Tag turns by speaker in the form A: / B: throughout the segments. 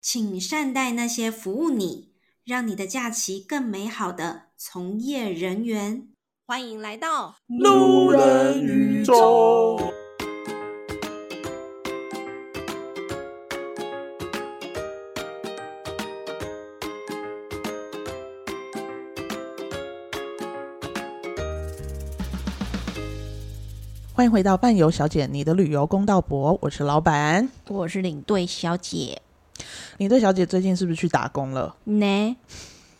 A: 请善待那些服务你、让你的假期更美好的从业人员。欢迎来到
B: 路人宇宙。
C: 欢迎回到伴游小姐，你的旅游公道博，我是老板。
D: 我是领队小姐
C: 你对小姐最近是不是去打工了？
D: 呢，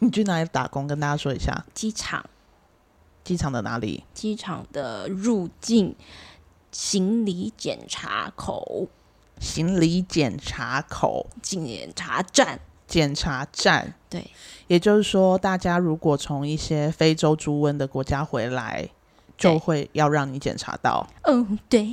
C: 你去哪里打工？跟大家说一下，
D: 机场
C: 机场的哪里？
D: 机场的入境行李检查口
C: 行李检查口
D: 检查站，
C: 检查站。
D: 对，
C: 也就是说，大家如果从一些非洲猪瘟的国家回来，就
D: 对
C: 会要让你检查到。
D: 嗯， 对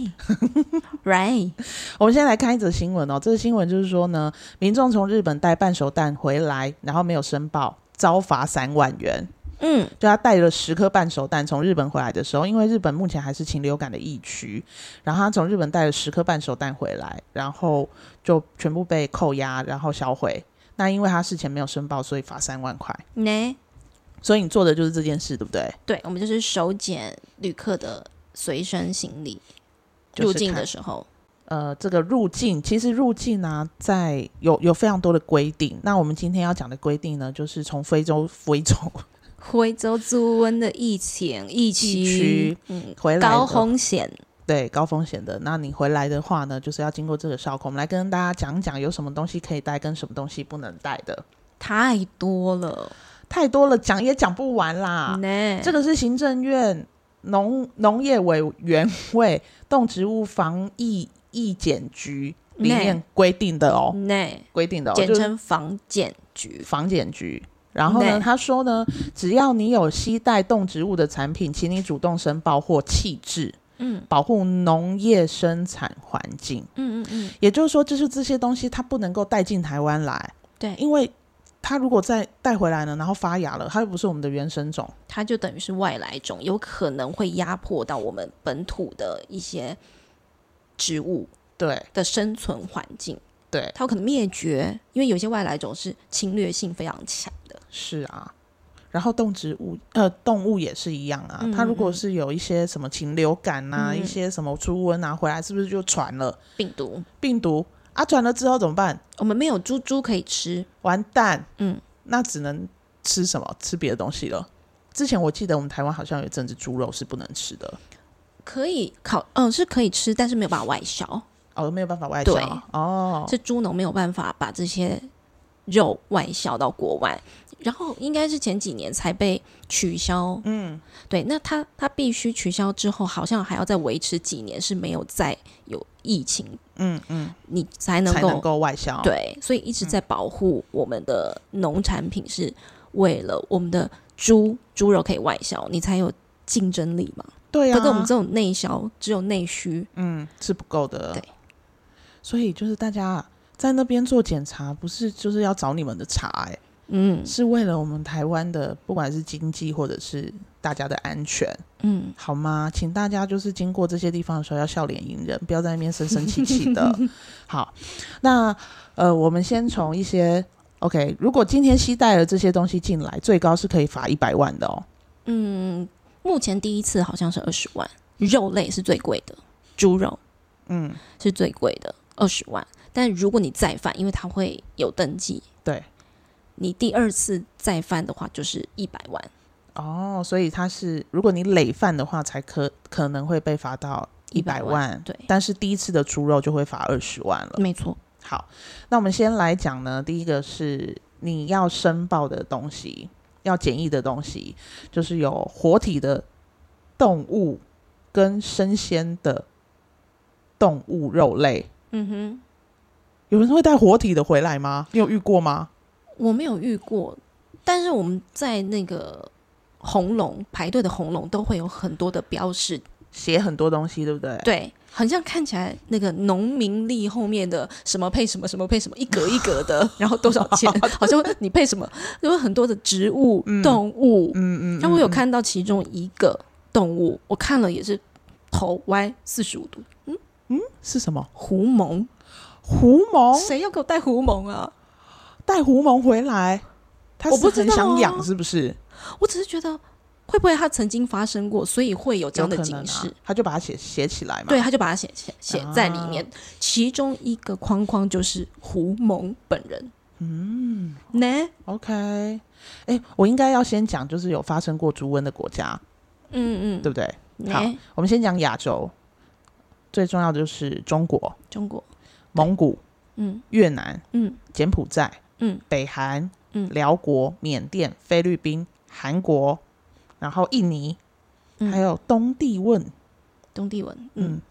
D: ，right，
C: 我们先来看一则新闻哦，这个新闻就是说呢，民众从日本带半熟蛋回来，然后没有申报，遭罚三万元。
D: 嗯，
C: 就他带了十颗半熟蛋从日本回来的时候，因为日本目前还是禽流感的疫区，然后他从日本带了十颗半熟蛋回来，然后就全部被扣押，然后销毁。那因为他事前没有申报，所以罚三万块。
D: 呢，
C: 所以你做的就是这件事，对不对？
D: 对，我们就是手检旅客的随身行李，
C: 就是
D: 入境
C: 看
D: 的时候，
C: 呃，这个入境其实入境呢、在有有非常多的规定。那我们今天要讲的规定呢，就是从非洲非洲
D: 徽州猪瘟的疫情疫
C: 疫区
D: 区，嗯，
C: 回来的
D: 高风险，
C: 对高风险的，那你回来的话呢，就是要经过这个哨口。我们来跟大家讲讲有什么东西可以带，跟什么东西不能带的。
D: 太多了，
C: 太多了，讲也讲不完啦。
D: 呢，
C: 啊这个是行政院农农业委员会动植物防疫疫检局里面规定的哦，
D: 呢，
C: 规定的、哦、
D: 简
C: 就是
D: 称防检局，
C: 防检局。然后呢，
D: 对
C: 他说呢，只要你有携带动植物的产品，请你主动申报或弃置，
D: 嗯
C: 保护农业生产环境。
D: 嗯嗯嗯，
C: 也就是说，就是这些东西它不能够带进台湾来，
D: 对，
C: 因为它如果再带回来呢，然后发芽了，它又不是我们的原生种。
D: 它就等于是外来种，有可能会压迫到我们本土的一些植物
C: 对
D: 的生存环境，
C: 对，
D: 它有可能灭绝，因为有些外来种是侵略性非常强的。
C: 是啊，然后动植物呃动物也是一样啊，
D: 嗯
C: 它如果是有一些什么禽流感啊，
D: 嗯
C: 一些什么猪瘟啊，回来是不是就传了
D: 病毒，
C: 病毒啊？传了之后怎么办？
D: 我们没有猪猪可以吃，
C: 完蛋，
D: 嗯，
C: 那只能吃什么？吃别的东西了。之前我记得我们台湾好像有一阵子猪肉是不能吃的，
D: 可以烤，嗯、是可以吃，但是没有办法外销，
C: 哦，没有办法外销
D: 对
C: 哦，
D: 这猪农没有办法把这些肉外销到国外。然后应该是前几年才被取消，
C: 嗯，
D: 对，那它它必须取消之后，好像还要再维持几年是没有再有疫情，
C: 嗯嗯，
D: 你才能
C: 才
D: 够
C: 能够外销，，
D: 对，所以一直在保护我们的农产品，是为了我们的猪猪肉可以外销，你才有竞争力嘛。
C: 对
D: 可
C: 啊，
D: 是我们这种内销，只有内需，
C: 嗯，是不够的。
D: 对，
C: 所以就是大家在那边做检查，不是就是要找你们的查、欸，
D: 嗯
C: 是为了我们台湾的不管是经济或者是大家的安全，
D: 嗯，
C: 好吗？请大家就是经过这些地方的时候要笑脸迎人，不要在那边生生气气的。好，那呃，我们先从一些 OK，如果今天携带了这些东西进来，最高是可以罚一百万的哦。
D: 嗯目前第一次好像是二十万，肉类是最贵的，猪肉
C: 嗯，
D: 是最贵的，二十万。但如果你再犯，因为它会有登记，
C: 对，
D: 你第二次再犯的话就是一百万，
C: 哦，所以它是如果你累犯的话，才可可能会被罚到一百
D: 100
C: 万，
D: 对
C: 但是第一次的猪肉就会罚二十万了。
D: 没错，
C: 好，那我们先来讲呢，第一个是你要申报的东西，要检疫的东西，就是有活体的动物跟生鲜的动物肉类。
D: 嗯哼。
C: 有人会带活体的回来吗？你有遇过吗？
D: 我没有遇过，但是我们在那个红龙排队的红龙都会有很多的标示，
C: 写很多东西，对不对？
D: 对，很像看起来那个农民历后面的什么配什么什么配什么一格一格 的，然后多少钱，好像你配什么，有很多的植物、
C: 嗯
D: 动物。
C: 嗯，嗯嗯。
D: 但我有看到其中一个动物，我看了也是头歪四十五度，
C: 是什么？
D: 狐獴，
C: 狐獴？哦
D: 谁要给我带狐獴啊？
C: 带狐獴回来，他
D: 我
C: 是
D: 不知
C: 很想
D: 道
C: 养，
D: 啊
C: 是不是？
D: 我只是觉得会不会它曾经发生过，所以会有这
C: 有
D: 样的
C: 可
D: 警
C: 能
D: 示。
C: 啊，他就把它写写起来嘛。
D: 对，，他就把它写写写在里
C: 啊
D: 面。其中一个框框就是胡蒙本人。嗯，呢，
C: OK，哎、我应该要先讲，就是有发生过猪瘟的国家，
D: 嗯
C: 对
D: 嗯，
C: 不对？好
D: 呢，
C: 我们先讲亚洲，最重要的就是中国、
D: 中国，
C: 蒙古、
D: 嗯
C: 越南、
D: 嗯
C: 柬埔寨、
D: 嗯
C: 北韩、
D: 嗯
C: 辽国、缅甸、菲律宾、韩国，然后印尼，
D: 嗯
C: 还有东帝汶，
D: 东帝汶，嗯
C: 嗯。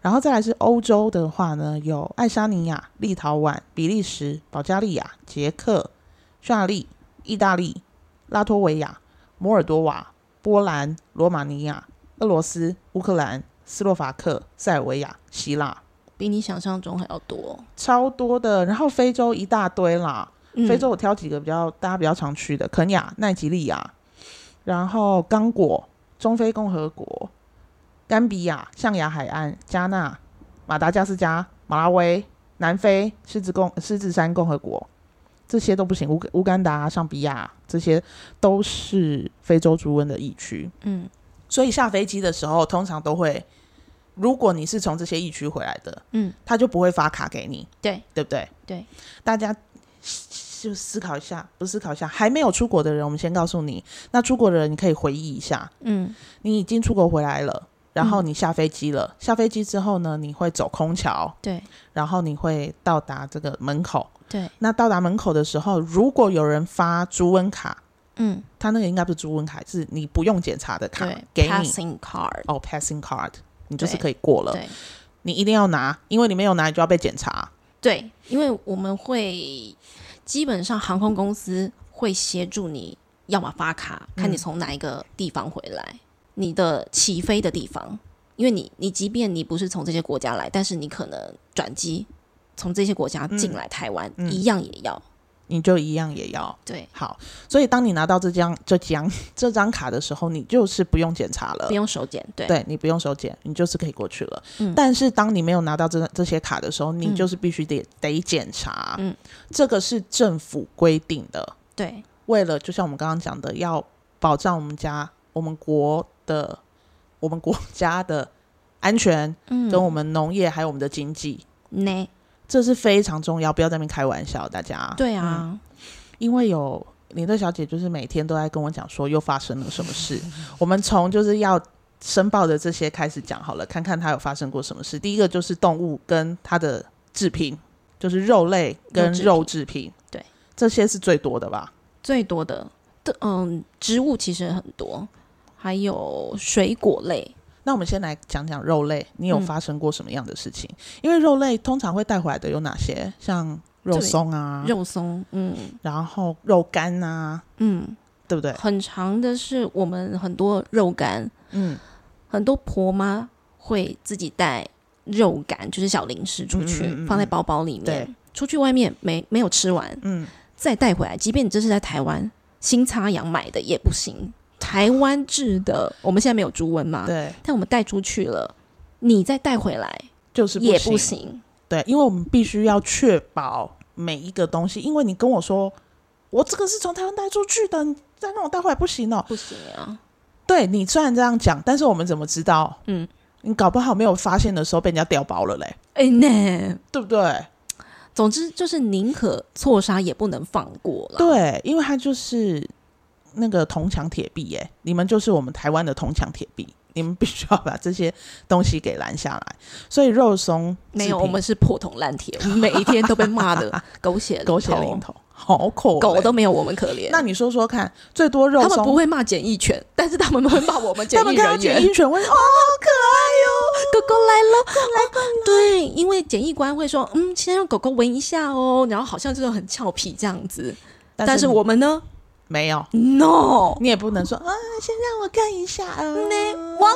C: 然后再来是欧洲的话呢，有爱沙尼亚、立陶宛、比利时、保加利亚、捷克、匈牙利、意大利、拉脱维亚、摩尔多瓦、波兰、罗马尼亚、俄罗斯、乌克兰、斯洛伐克、塞尔维亚、希腊，
D: 比你想象中还要多。
C: 超多的。然后非洲一大堆啦，
D: 嗯
C: 非洲我挑几个比较大家比较常去的，肯亚、奈及利亚，然后刚果、中非共和国、甘比亚、象牙海岸、加纳、马达加斯加、马拉维、南非、狮子共狮子山共和国，这些都不行。乌干乌干达、上比亚这些都是非洲猪瘟的疫区，
D: 嗯，
C: 所以下飞机的时候通常都会，如果你是从这些疫区回来的，
D: 嗯，
C: 他就不会发卡给你，
D: 对，
C: 对不对？
D: 对，
C: 大家就思考一下，不思考一下，还没有出国的人，我们先告诉你，那出国的人你可以回忆一下，
D: 嗯
C: 你已经出国回来了。然后你下飞机了，下飞机之后呢，你会走空桥，
D: 对
C: 然后你会到达这个门口。
D: 对，
C: 那到达门口的时候，如果有人发朱温卡，
D: 嗯
C: 他那个应该不是朱温卡，是你不用检查的卡
D: 对
C: 给你
D: ，passing card，
C: 哦，passing card，你就是
D: 对
C: 可以过了。
D: 对
C: 你一定要拿，因为你没有拿，你就要被检查。
D: 对，因为我们会基本上航空公司会协助你，要么发卡，看你从哪一个地方回来，你的起飞的地方，因为你你即便你不是从这些国家来，但是你可能转机从这些国家进来台湾，
C: 嗯
D: 一样也要
C: 你就一样也要
D: 对，
C: 好，所以当你拿到这张、这张、这张卡的时候，你就是不用检查了
D: 不，用手检，对，
C: 对你不用手检，你就是可以过去了。
D: 嗯
C: 但是当你没有拿到这这些卡的时候，你
D: 嗯
C: 就是必须得、得检查，
D: 嗯，
C: 这个是政府规定的，
D: 对
C: 为了就像我们刚刚讲的，要保障我们家、我们国的、我们国家的安全，
D: 嗯
C: 跟我们农业还有我们的经济，
D: 呢，
C: 这是非常重要，不要在那边开玩笑，大家。
D: 对
C: 嗯
D: 啊，
C: 因为有领队小姐，就是每天都在跟我讲说又发生了什么 事。我们从就是要申报的这些开始讲好了，看看它有发生过什么事。第一个就是动物跟它的制品，就是肉类跟
D: 肉制品
C: 肉制品，
D: 对，
C: 这些是最多的吧？
D: 最多的的嗯，植物其实很多，还有水果类，
C: 那我们先来讲讲肉类，你有
D: 嗯
C: 发生过什么样的事情？因为肉类通常会带回来的有哪些？像肉
D: 对
C: 松啊，
D: 肉松，嗯
C: 然后肉干啊，
D: 嗯。
C: 对不对？
D: 很长的是我们很多肉干，
C: 嗯，
D: 很多婆妈会自己带肉干，就是小零食出去，
C: 嗯嗯嗯嗯
D: 放在包包里
C: 对
D: 面，出去外面没没有吃完，
C: 嗯，
D: 再带回来。即便你这是在台湾新插洋买的也不行，台湾制的，我们现在没有猪瘟嘛，
C: 对，
D: 但我们带出去了，你再带回来
C: 就是
D: 也不行。
C: 对，因为我们必须要确保每一个东西，因为你跟我说我这个是从台湾带出去的，你再让我带回来不行哦。
D: 不行啊！
C: 对你虽然这样讲，但是我们怎么知道？
D: 嗯，
C: 你搞不好没有发现的时候被人家调包了嘞，
D: 哎、那
C: 对不对？
D: 总之就是宁可错杀也不能放过了。
C: 对，因为它就是那个铜墙铁壁耶，你们就是我们台湾的铜墙铁壁，你们必须要把这些东西给拦下来。所以肉松
D: 没
C: 制
D: 有，
C: 品
D: 我们是破铜烂铁，我们每一天都被骂的狗 血淋
C: 狗血淋头，好口
D: 狗
C: 嘞
D: 都没有我们可怜。
C: 那你说说看，最多肉
D: 他
C: 松
D: 们不会骂检疫犬，但是他们会骂 我们检
C: 他们
D: 疫
C: 看到
D: 人
C: 检
D: 员。
C: 疫犬会哦，好可爱
D: 狗狗来了，狗来了。对，因为检疫官会说，嗯，先让狗狗闻一下哦，然后好像就是很俏皮这样子。
C: 哦！
D: 但是我们呢
C: 没有，
D: ？No，
C: 你也不能说啊，先让我看一下啊，
D: 嗯呢汪，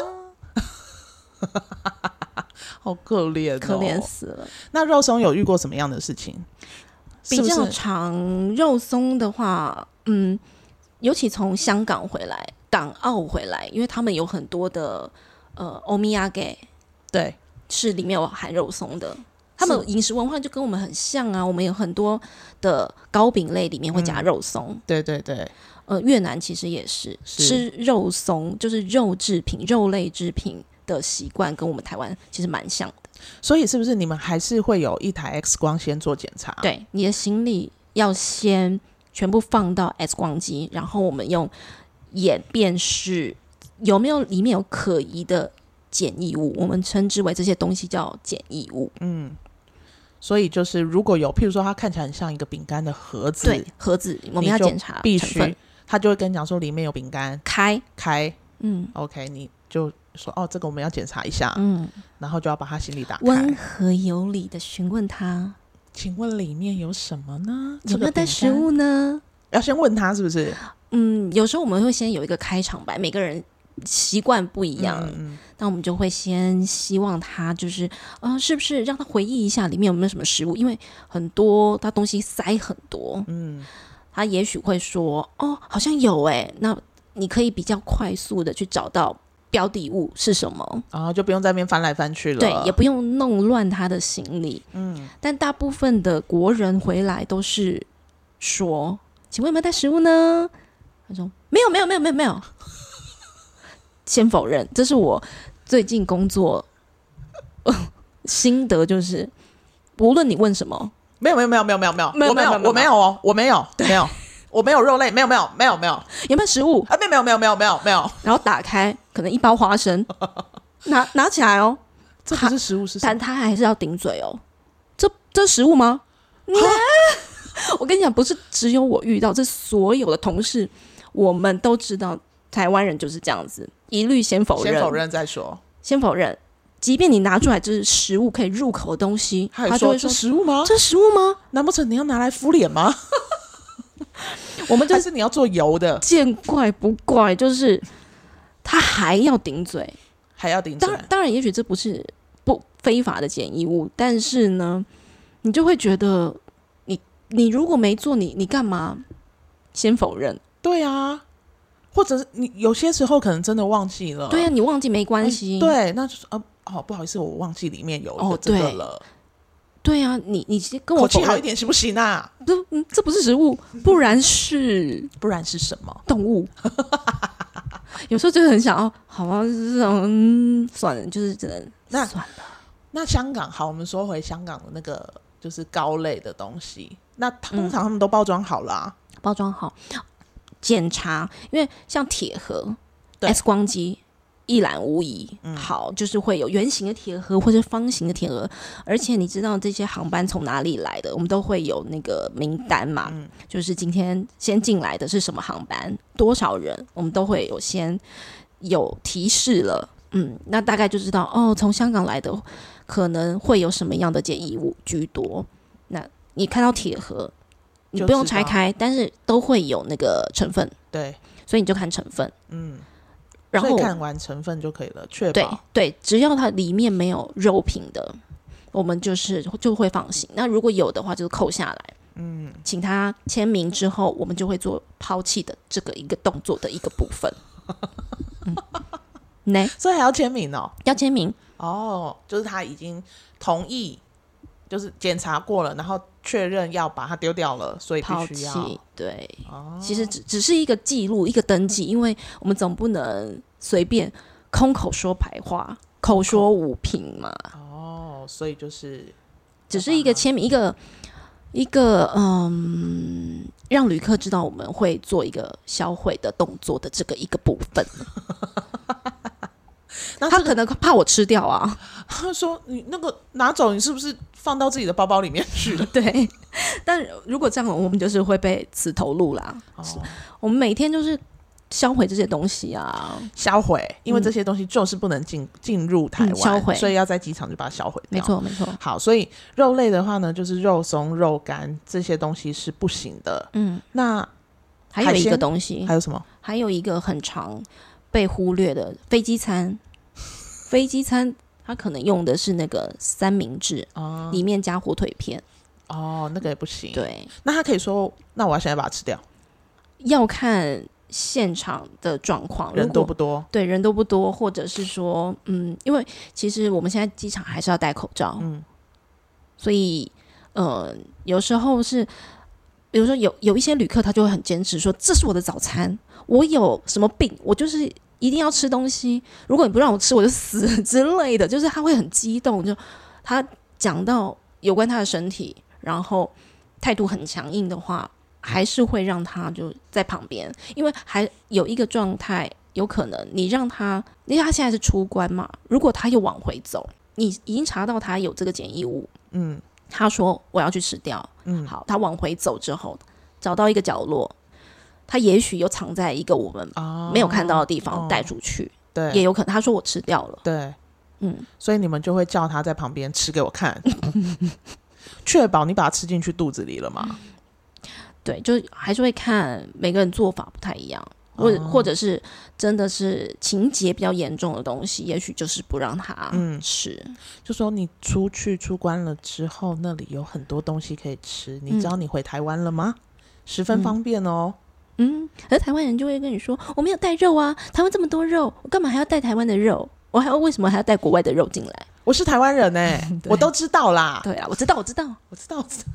C: 好可怜、哦，
D: 可怜。死了。
C: 那肉松有遇过什么样的事情？
D: 比
C: 是
D: 较
C: 不是
D: 长肉松的话，嗯，尤其从香港回来、港澳回来，因为他们有很多的呃欧米亚给。
C: 对
D: 是里面有含肉松的，他们饮食文化就跟我们很像啊，我们有很多的糕饼类里面会加肉松，
C: 对对对，
D: 呃，越南其实也是
C: 嗯是
D: 吃肉松，就是肉制品、肉类制品的习惯，跟我们台湾其实蛮像的。
C: 所以是不是你们还是会有一台 X 光先做检查？，
D: 对，啊你的行李要先全部放到 X 光机，然后我们用眼辨识有没有里面有可疑的检疫物，我们称之为这些东西叫检疫物。
C: 嗯所以就是如果有，譬如说它看起来很像一个饼干的盒子，
D: 对，盒子我们
C: 你
D: 要
C: 就
D: 检查
C: 必
D: 成分
C: 须，他就会跟你讲说里面有饼干，
D: 开，
C: 开
D: 嗯
C: OK，你就说哦，这个我们要检查一下，
D: 嗯，
C: 然后就要把他行李打
D: 温
C: 开。
D: 和有礼的询问他
C: 请问里面有什么呢？
D: 有没有带
C: 这
D: 食
C: 个饼干？
D: 物呢。
C: 要先问他是不是？
D: 嗯，有时候我们会先有一个开场白，每个人习惯不一样，
C: 嗯，
D: 那我们就会先希望他就是，呃，是不是让他回忆一下里面有没有什么食物？因为很多他东西塞很多，
C: 嗯，
D: 他也许会说，哦，好像有诶、那你可以比较快速的去找到标的物是什么，
C: 然后就不用在那边翻来翻去了。
D: 对，也不用弄乱他的行李。
C: 嗯，
D: 但大部分的国人回来都是说：“请问有没有带食物呢？”他说：“没有，没有，没有，没有，没有。”先否认，这是我最近工作、心得，就是无论你问什么，
C: 没有没有没有没有没有没有，
D: 没有
C: 我没
D: 没
C: 有
D: 有没有
C: 我没有哦，我没有没有。我没有肉类，没有没有没有没有啊！
D: 有没有食物，
C: 没有没有没有没有没有没有，
D: 然后打开可能一包花生，拿拿起来哦，
C: 这不是食物是什
D: 但
C: 么？
D: 他还是要顶嘴哦。这这食物吗？ 我跟你讲，不是只有我遇到，这所有的同事，我们都知道，台湾人就是这样子，一律先否认，
C: 先否，认再说。
D: 先否认。即便你拿出来就是食物可以入口的东西，
C: 他
D: 他
C: 还
D: 就会说
C: 说这：“食物吗？
D: 这食物吗
C: 难不成你要拿来敷脸吗？？”
D: 我们就
C: 还是你要做油的，
D: 见怪不怪，就是他还要顶嘴。
C: 还要顶起
D: 当然
C: 来？
D: 当然，也许这不是不非法的检疫物，但是呢，你就会觉得你你如果没做，你你干嘛先否认？
C: 对啊，或者是你有些时候可能真的忘记了。
D: 对啊，你忘记没关
C: 呃嗯
D: 系。
C: 对，那就是呃，哦，不好意思，我忘记里面有
D: 哦
C: 有这个
D: 对
C: 了，
D: 对啊，你你先跟我
C: 口
D: 否
C: 气好
D: 认
C: 一，点行不行啊？
D: 这嗯这不是食 物，不然是
C: 不然是什么？
D: 动 物。有时候就是很想要，好啊，就是这种嗯，算了，就是只能
C: 那
D: 算了。
C: 那香港好，我们说回香港的那个就是糕类的东西，那通常他们都包装好啦、啊
D: 包装好，检查，因为像铁盒、
C: 对嗯
D: X 光机一览无遗。好，就是会有圆形的铁盒或者方形的铁盒，而且你知道这些航班从哪里来的，我们都会有那个名单嘛，
C: 嗯
D: 就是今天先进来的是什么航班，多少人，我们都会有先有提示了。嗯，那大概就知道哦，从香港来的可能会有什么样的检疫物居多。那你看到铁盒，你
C: 就
D: 不用
C: 知
D: 拆
C: 道
D: 开，但是都会有那个成分，
C: 对，
D: 所以你就看成分。
C: 嗯，
D: 然
C: 所
D: 后
C: 以看完成分就可以了，确
D: 对
C: 保
D: 对，只要它里面没有肉品的，我们就是就会放心。那如果有的话，就是扣下来，嗯，请他签名之后，我们就会做抛弃的这个一个动作的一个部分。 嗯，来
C: 所以还要签名哦。
D: 要签名，
C: 哦，就是他已经同意，就是检查过了，然后确认要把它丢掉了，所以
D: 抛
C: 必须要哦
D: 弃，对，其实只只是一个记录，一个登
C: 嗯
D: 记，因为我们总不能随便空口说白话，口说无凭嘛。
C: 哦，所以就是
D: 只是一个签名，一个一个嗯，让旅客知道我们会做一个销毁的动作的这个一个部分。
C: 那
D: 他可能怕我吃掉啊，
C: 他 说你那个拿走，你是不是放到自己的包包里面去了？
D: 对。但如果这样，我们就是会被死头路啦。
C: 哦，
D: 我们每天就是销毁这些东西啊，
C: 销毁，因为这些东西就是不能进进入台湾，
D: 嗯销毁
C: 所以要在机场就把它销毁
D: 没。
C: 掉。
D: 错没错，
C: 好，所以肉类的话呢，就是肉松、肉干这些东西是不行的。
D: 嗯。
C: 那
D: 还有一
C: 海
D: 个
C: 鲜
D: 东西
C: 还，有什么？
D: 还有一个很常被忽略的飞机 餐，飞机餐它可能用的是那个三明治，
C: 哦
D: 里面加火腿片，
C: 哦，那个也不行。，
D: 对，
C: 那他可以说，那我要现在把它吃掉，
D: 要看现场的状况，哦
C: 人
D: 如
C: 多
D: 果
C: 不多？
D: 对人多不多，或者是说，嗯，因为其实我们现在机场还是要戴口罩，
C: 嗯，
D: 所以呃，有时候是，比如说有有一些旅客他就会很坚持说，这是我的早餐，我有什么病，我就是。一定要吃东西，如果你不让我吃，我就死 之类的，就是他会很激动，就他讲到有关他的身体，然后态度很强硬的话，还是会让他就在旁边，因为还有一个状态，有可能你让他，因为他现在是出关嘛，如果他又往回走，你已经查到他有这个检疫物，
C: 嗯
D: 他说我要去吃掉，
C: 嗯，
D: 好，他往回走之后，找到一个角落，他也许又藏在一个我们
C: 啊
D: 没有看到的地方
C: 哦
D: 带出去，
C: 对
D: 也有可能他说我吃掉了，
C: 对，
D: 嗯，
C: 所以你们就会叫他在旁边吃给我看，确保你把它吃进去肚子里了嘛？
D: 对，就还是会看每个人做法不太一样，或者、
C: 哦
D: 或者是真的是情节比较严重的东西，也许就是不让他
C: 嗯
D: 吃。
C: 就说你出去出关了之后，那里有很多东西可以吃，你知道你回台湾了吗？十分
D: 嗯
C: 方便哦。
D: 嗯，而台湾人就会跟你说，我没有带肉啊，台湾这么多肉，我干嘛还要带台湾的肉？我还要为什么还要带国外的肉进来？
C: 我是台湾人哎、
D: 对
C: 我都知道啦，
D: 对啊，我知道，我知道，
C: 我知道。我 知道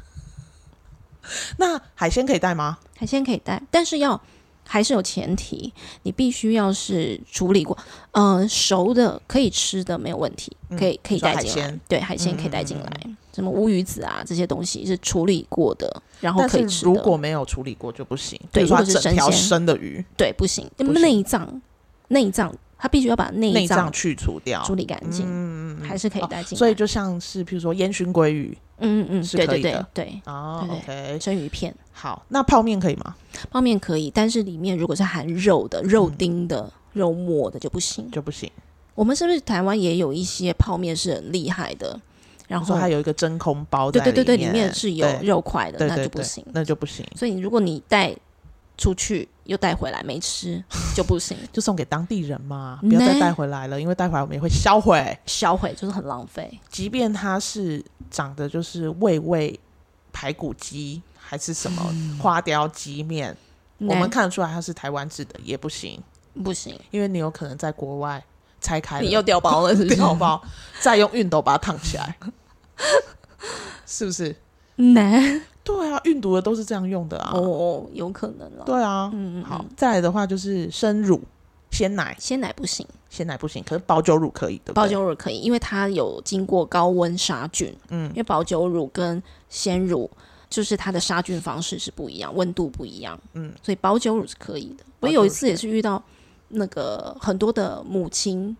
C: 那海鲜可以带吗？
D: 海鲜可以带，但是要还是有前提，你必须要是处理过，呃，熟的可以吃的没有问题，
C: 嗯
D: 可以可以
C: 你说
D: 带
C: 海
D: 进来
C: 鲜，
D: 对，海鲜可以带进来，
C: 嗯
D: 什么乌鱼子啊这些东西是处理过的，然后
C: 但
D: 可以
C: 是
D: 吃
C: 如
D: 的，
C: 果没有处理过就不行，
D: 对
C: 比如说
D: 如果是
C: 它整条
D: 生鲜
C: 生的鱼，
D: 对不行，
C: 不行
D: 内脏内脏它必须要把内
C: 内
D: 脏
C: 脏去除掉
D: 处，理干净，
C: 嗯，嗯嗯
D: 还是可以带进来，
C: 所以就像是譬如说烟熏鲑鱼
D: 嗯嗯嗯，
C: 是
D: 对
C: 可
D: 对
C: 以
D: 对
C: 的
D: 对，
C: 啊
D: 对
C: ，OK，
D: 生鱼片
C: 好，那泡面可以吗？
D: 泡面可以，但是里面如果是含肉的、肉
C: 嗯
D: 丁的、肉末的就不行。
C: 就不行。
D: 我们是不是台湾也有一些泡面是很厉害的？然
C: 我说
D: 后
C: 它有一个真空包在
D: 对对对对，
C: 里
D: 里面是有
C: 对
D: 肉块的，
C: 对
D: 那
C: 对
D: 就不
C: 对
D: 行。
C: 那就不行，
D: 所以如果你带出去又带回来没 吃，就不行，
C: 就送给当地人嘛，不要再
D: 呢
C: 带回来了，因为带回来我们也会销毁。
D: 销毁就是很浪费。
C: 即便它是长得就是味味排骨鸡还是什么
D: 嗯
C: 花雕鸡面，我们
D: 呢
C: 看得出来它是台湾制的也不行，
D: 不行，
C: 因为你有可能在国外拆开了
D: 哎你又掉包了，是不是？
C: 掉包，再用熨斗把它烫起来，是不是？
D: 难
C: 对啊，运毒的都是这样用的啊。
D: 哦，有可能了。
C: 对啊，
D: 嗯嗯
C: 好
D: 嗯，
C: 再来的话就是生乳、鲜奶，
D: 鲜奶不行，
C: 鲜奶不行，可是保酒乳可以，对不对？
D: 保酒乳可以，因为它有经过高温杀菌。
C: 嗯
D: 因为保酒乳跟鲜乳就是它的杀菌方式是不一样，温度不一样。
C: 嗯，
D: 所以保酒乳是可以的。我
C: 保酒乳
D: 有一次也是遇到那个很多的母亲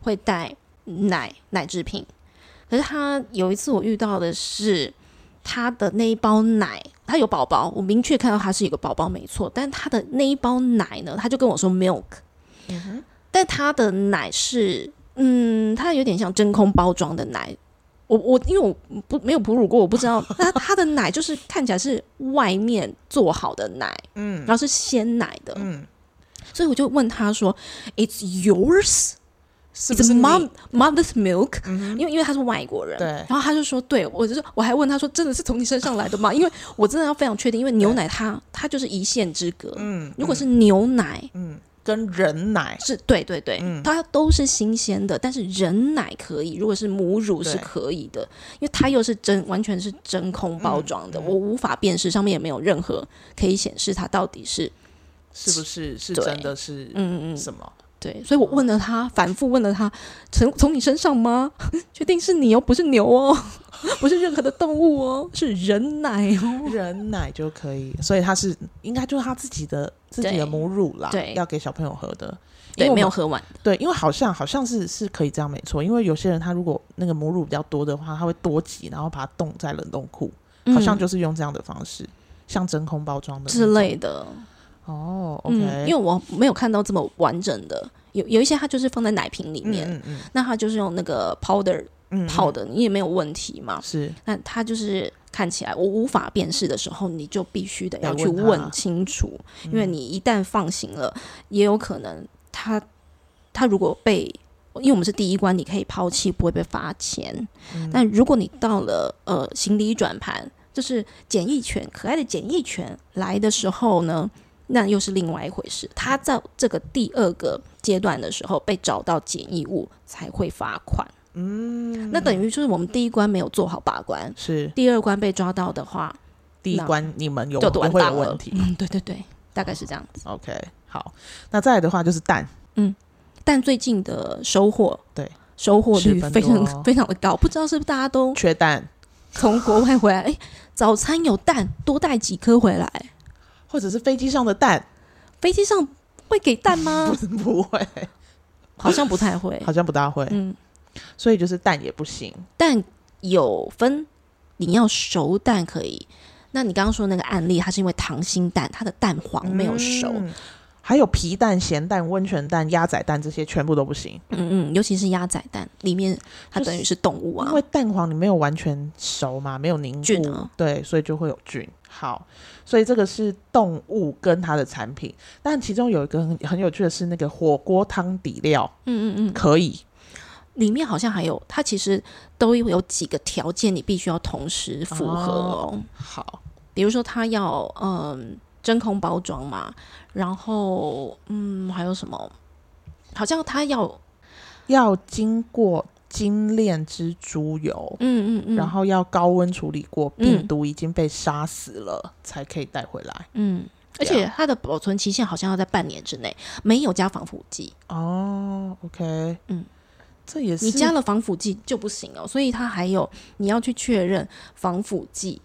D: 会带奶奶制品，可是她有一次我遇到的是她的那一包奶，她有宝宝，我明确看到她是有个宝宝没错，但她的那一包奶呢，她就跟我说 milk，、但她的奶是嗯，它有点像真空包装的奶。我我因为我不没有哺乳过，我不知道。那它的奶就是看起来是外面做好的奶，
C: 嗯
D: 然后是鲜奶的，
C: 嗯，
D: 所以我就问他说：“It's yours?
C: 是不
D: It's
C: 是你嗯
D: mom mother's milk？”、因为因为他是外国人，
C: 对
D: 然后他就说：“对，我就是我还问他说，真的是从你身上来的吗？因为我真的要非常确定，因为牛奶它它就是一线之隔。
C: 嗯，
D: 如果
C: 嗯
D: 是牛奶，
C: 嗯跟人奶
D: 是对对对，
C: 嗯
D: 它都是新鲜的，但是人奶可以，如果是母乳
C: 对
D: 是可以的，因为它又是真完全是真空包装的，
C: 嗯嗯
D: 我无法辨识，上面也没有任何可以显示它到底是
C: 是不是是
D: 对
C: 真的是
D: 嗯嗯嗯
C: 什么？
D: 对，所以我问了他，反复问了他，从从你身上吗？ 确定是你哦，不是牛哦， 不是任何的动物哦，是人奶哦。
C: 人奶就可以，所以它是应该就是他自己的自己
D: 对
C: 的母乳啦，
D: 对
C: 要给小朋友喝的。因为
D: 对，
C: 我们
D: 没有喝完，
C: 对，因为好像好像是是可以这样没错，因为有些人他如果那个母乳比较多的话，他会多挤，然后把它冻在冷冻库，好像
D: 嗯
C: 就是用这样的方式，像真空包装的那
D: 之
C: 种
D: 类的。
C: 哦，OK，
D: 嗯，因为我没有看到这么完整的，有有一些它就是放在奶瓶里面，
C: 嗯嗯
D: 那它就是用那个 powder
C: 嗯
D: 泡的，你也没有问题嘛。
C: 是
D: 那它就是看起来我无法辨识的时候，你就必须得
C: 要
D: 要
C: 问嗯
D: 去
C: 它
D: 问清楚，因为你一旦放行了，也有可能它它如果被，因为我们是第一关，你可以抛弃，不会被罚钱。
C: 嗯
D: 但如果你到了呃行李转盘，就是检疫犬可爱的检疫犬来的时候呢。那又是另外一回事。它在这个第二个阶段的时候被找到检疫物才会罚款。
C: 嗯，
D: 那等于就是我们第一关没有做好把关，
C: 是
D: 第二关被抓到的话，
C: 第一
D: 那
C: 关你们有
D: 就
C: 都
D: 完
C: 会
D: 蛋
C: 有
D: 了。
C: 问题。
D: 嗯，对对对，大概是这样子。
C: OK，好，那再来的话就是蛋，
D: 但最近的收获，
C: 对
D: 收获率
C: 十分
D: 非
C: 多哦
D: 常非常的高，不知道是不是大家都
C: 缺蛋，
D: 从国外回来，哎，早餐有蛋，多带几颗回来。
C: 或者是飞机上的蛋，
D: 飞机上会给蛋吗？
C: 不会，
D: 好像不太会。
C: 嗯好像不大会，
D: 嗯，
C: 所以就是蛋也不行。
D: 但有分，你要熟蛋可以。那你刚刚说那个案例，它是因为溏心蛋，它的蛋黄没有熟。嗯
C: 嗯还有皮蛋、咸蛋、温泉蛋、鸭仔蛋这些全部都不行，
D: 嗯尤其是鸭仔蛋里面，它
C: 就是
D: 等于是动物啊
C: 因为。蛋黄你没有完全熟嘛，没有凝固
D: 菌啊，
C: 对，所以就会有菌。好，所以这个是动物跟它的产品，但其中有一个很很有趣的是那个火锅汤底料
D: 嗯嗯嗯，
C: 可以，
D: 里面好像还有，它其实都有几个条件，你必须要同时符合哦。
C: 好，
D: 比如说，它要嗯真空包装嘛，然后嗯还有什么？好像它要
C: 要经过精炼之猪油，
D: 嗯嗯嗯，
C: 然后要高温处理过，病
D: 嗯
C: 毒已经被杀死了，才可以带回来。
D: 嗯，而
C: 这
D: 且它的保存期限好像要在半年之内，没有加防腐剂，
C: 哦，OK，
D: 嗯，
C: 这也是
D: 你加了防腐剂就不行哦。所以它还有你要去确认防腐剂。